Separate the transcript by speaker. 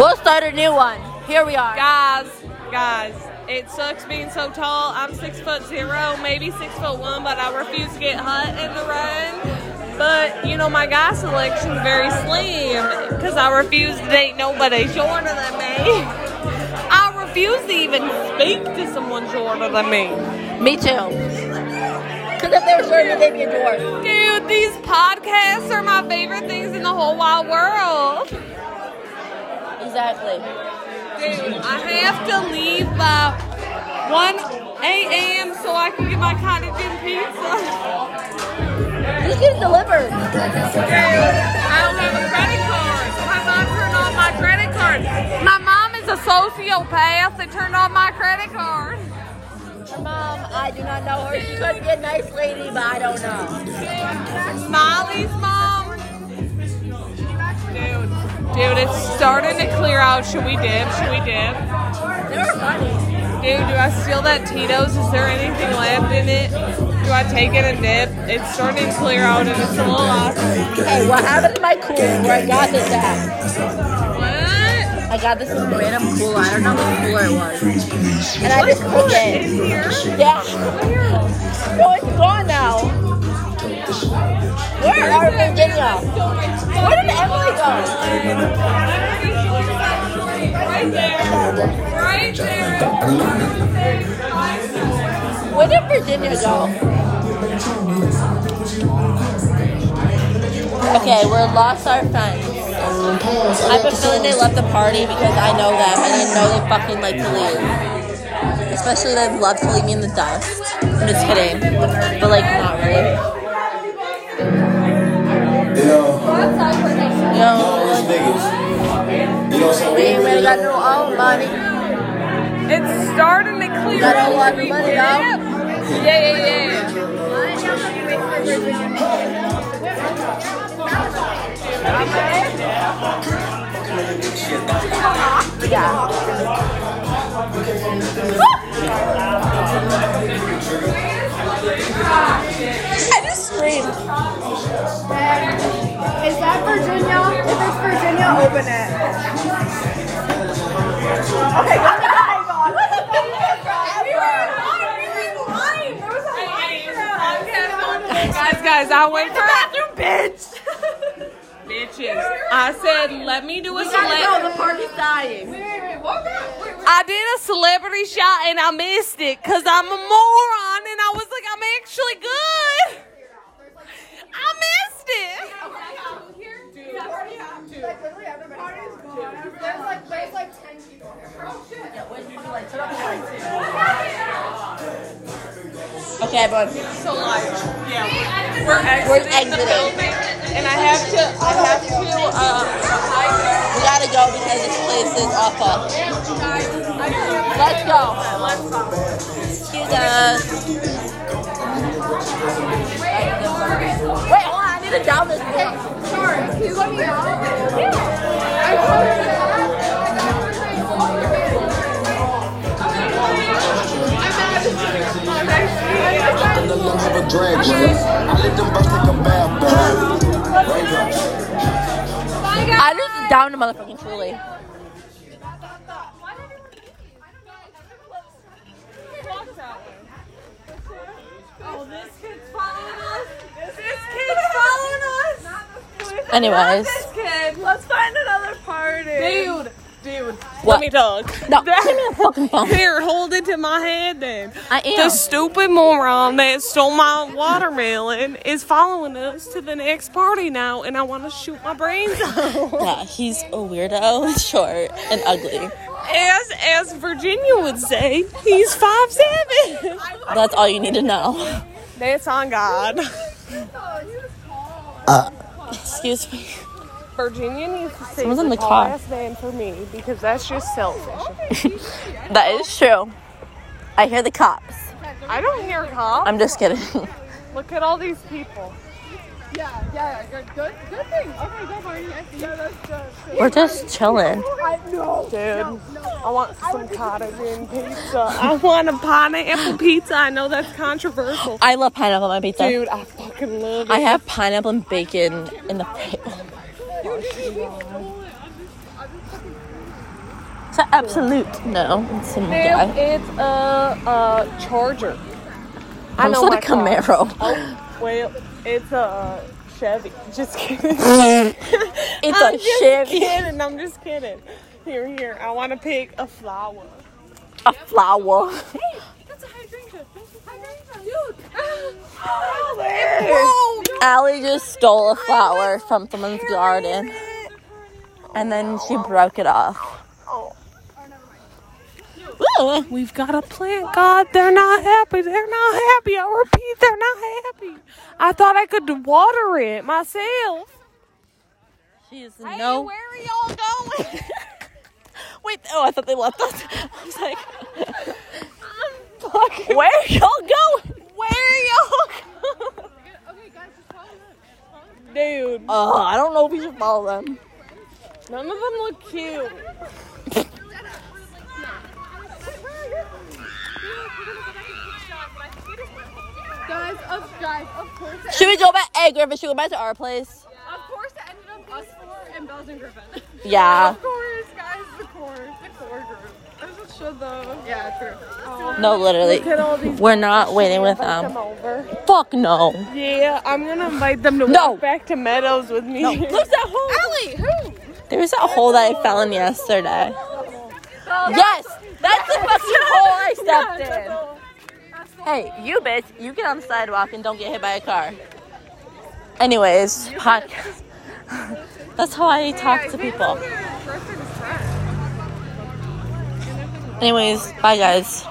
Speaker 1: start a new one. Here we are.
Speaker 2: Guys, guys, it sucks being so tall. I'm six foot zero, maybe six foot one, but I refuse to get hot in the road. But you know, my guy selection's very slim because I refuse to date nobody shorter than me. I refuse to even speak to someone shorter than me.
Speaker 1: Me too. Because if they were shorter, they'd be a dwarf.
Speaker 2: Dude, these podcasts are my favorite things in the whole wide world.
Speaker 1: Exactly.
Speaker 2: Dude, I have to leave by 1 a.m. so I can get my cottage and pizza.
Speaker 1: Just get it delivered.
Speaker 2: I don't have a credit card. My mom turned off my credit card. My mom is a sociopath that turned off my credit card.
Speaker 1: Her mom, I do not know her. She could be a nice lady, but I don't know.
Speaker 2: Molly's mom. Dude, dude, it's starting to clear out. Should we dip? Should we dip?
Speaker 1: They're funny.
Speaker 2: Dude, do I steal that Tito's? Is there anything left in it? Do I take it and dip? It's starting to clear out and it's a little awesome.
Speaker 1: Hey, what happened to my cool? Where I got this at?
Speaker 2: What?
Speaker 1: I got this random cool. I don't know what cooler it was. And I just cooked
Speaker 2: In
Speaker 1: it.
Speaker 2: here?
Speaker 1: Yeah. No, it's gone now. Where are Virginia? Where did Emily go?
Speaker 2: Right there. Right there.
Speaker 1: Where did Virginia go? Okay, we're lost our friends. I've been feeling they left the party because I know them and I know they fucking like to leave. Especially they love to leave me in the dust. I'm just kidding. But like not really.
Speaker 3: You know,
Speaker 1: Yo,
Speaker 3: those niggas. You know, so
Speaker 1: we
Speaker 3: we
Speaker 1: ain't really
Speaker 3: really
Speaker 1: got
Speaker 3: don't.
Speaker 1: no own money.
Speaker 2: It's starting to clear
Speaker 1: Got a
Speaker 2: out.
Speaker 1: lot of
Speaker 2: Should we
Speaker 1: money
Speaker 2: dip?
Speaker 1: now.
Speaker 2: Yeah, yeah, yeah.
Speaker 1: Yeah. I just screamed.
Speaker 4: Is that Virginia? If it's Virginia, open it. Okay, oh go ahead.
Speaker 2: Guys, guys, I went for bathroom, bitch. Bitches. I said, let me do a select.
Speaker 1: the party's dying.
Speaker 2: I did a celebrity shot and I missed it because I'm a moron and I was like, I'm actually good. I missed it.
Speaker 4: There's like, there's like 10 people here.
Speaker 1: Okay, everyone.
Speaker 2: So like, yeah, we're exiting,
Speaker 1: We're exiting.
Speaker 2: and I have to, I have to, uh,
Speaker 1: We gotta go because this place is awful. Let's go.
Speaker 2: let's go.
Speaker 1: Excuse us. Wait, hold on. I need to down this thing.
Speaker 3: I don't have a drag race. I let them bust take a bath, though. Raindrops.
Speaker 1: I just down the motherfucking truly.
Speaker 2: Oh, this kid's following us. This kid's following us.
Speaker 1: Anyways.
Speaker 2: This kid. Let's find another party. Dude. Dude.
Speaker 1: What?
Speaker 2: Let me talk.
Speaker 1: No, give me a fucking phone.
Speaker 2: Here, hold it to my head then.
Speaker 1: I am.
Speaker 2: The stupid moron that stole my watermelon is following us to the next party now, and I want to shoot my brains out.
Speaker 1: Yeah, he's a weirdo, short, and ugly.
Speaker 2: As as Virginia would say, he's five seven.
Speaker 1: That's all you need to know.
Speaker 2: That's on God.
Speaker 1: Excuse me.
Speaker 2: Virginia needs to save
Speaker 1: Someone's in
Speaker 2: the
Speaker 1: the car.
Speaker 2: last name for me because that's just selfish.
Speaker 1: That is true. I hear the cops.
Speaker 2: I don't hear cops.
Speaker 1: I'm just kidding.
Speaker 2: Look at all these people.
Speaker 4: Yeah, yeah, good, good, good thing. Okay, go Barney. I see. Yeah, that's good.
Speaker 1: We're just chilling.
Speaker 4: I know.
Speaker 2: Dude, I want some cottage and pizza. I want a pineapple pizza. I know that's controversial.
Speaker 1: I love pineapple on my pizza.
Speaker 2: Dude, I fucking love it.
Speaker 1: I have pineapple and bacon in the. pa- It's an absolute no. It's a guy.
Speaker 2: It's a, a Charger. I
Speaker 1: I'm
Speaker 2: know
Speaker 1: sort
Speaker 2: my
Speaker 1: of
Speaker 2: car.
Speaker 1: Camaro.
Speaker 2: Oh, well, it's a Chevy. Just kidding.
Speaker 1: It's
Speaker 2: I'm
Speaker 1: a
Speaker 2: just
Speaker 1: Chevy.
Speaker 2: kidding. I'm just kidding. Here, here. I want to pick a flower.
Speaker 1: A flower.
Speaker 4: That's a hydrangea.
Speaker 2: Oh,
Speaker 1: Allie just stole a flower from someone's garden. And then she broke it off. Ooh,
Speaker 2: We've got a plant god. They're not happy. They're not happy. I repeat, they're not happy. I thought I could water it myself.
Speaker 1: she is no.
Speaker 4: Where are y'all going?
Speaker 1: Wait, oh, I thought they left us. I was like, where y'all going? Where y'all going?
Speaker 4: okay, guys, just follow them.
Speaker 2: Dude,
Speaker 1: Oh, I don't know if we should follow them.
Speaker 2: none of them look cute.
Speaker 4: Guys, of guys, of course, it,
Speaker 1: Should we go back? Hey, Griffin, should we go back to our place?
Speaker 4: of course, it ended up us four and Bells and Griffin.
Speaker 1: Yeah.
Speaker 4: Of course, guys, the core, the core group. I just should though. Yeah, true.
Speaker 1: No, literally. We're not waiting with
Speaker 2: Come
Speaker 1: them.
Speaker 2: over.
Speaker 1: Fuck no.
Speaker 2: Yeah, I'm gonna invite them to
Speaker 1: No.
Speaker 2: walk back to Meadows with me.
Speaker 1: There's that hole. There was that hole that I fell in yesterday. Yes, that's the fucking hole Oh, I stepped in. Hey, you bitch, you get on the sidewalk and don't get hit by a car. Anyways, podcast. That's how I talk to people. Anyways, bye guys.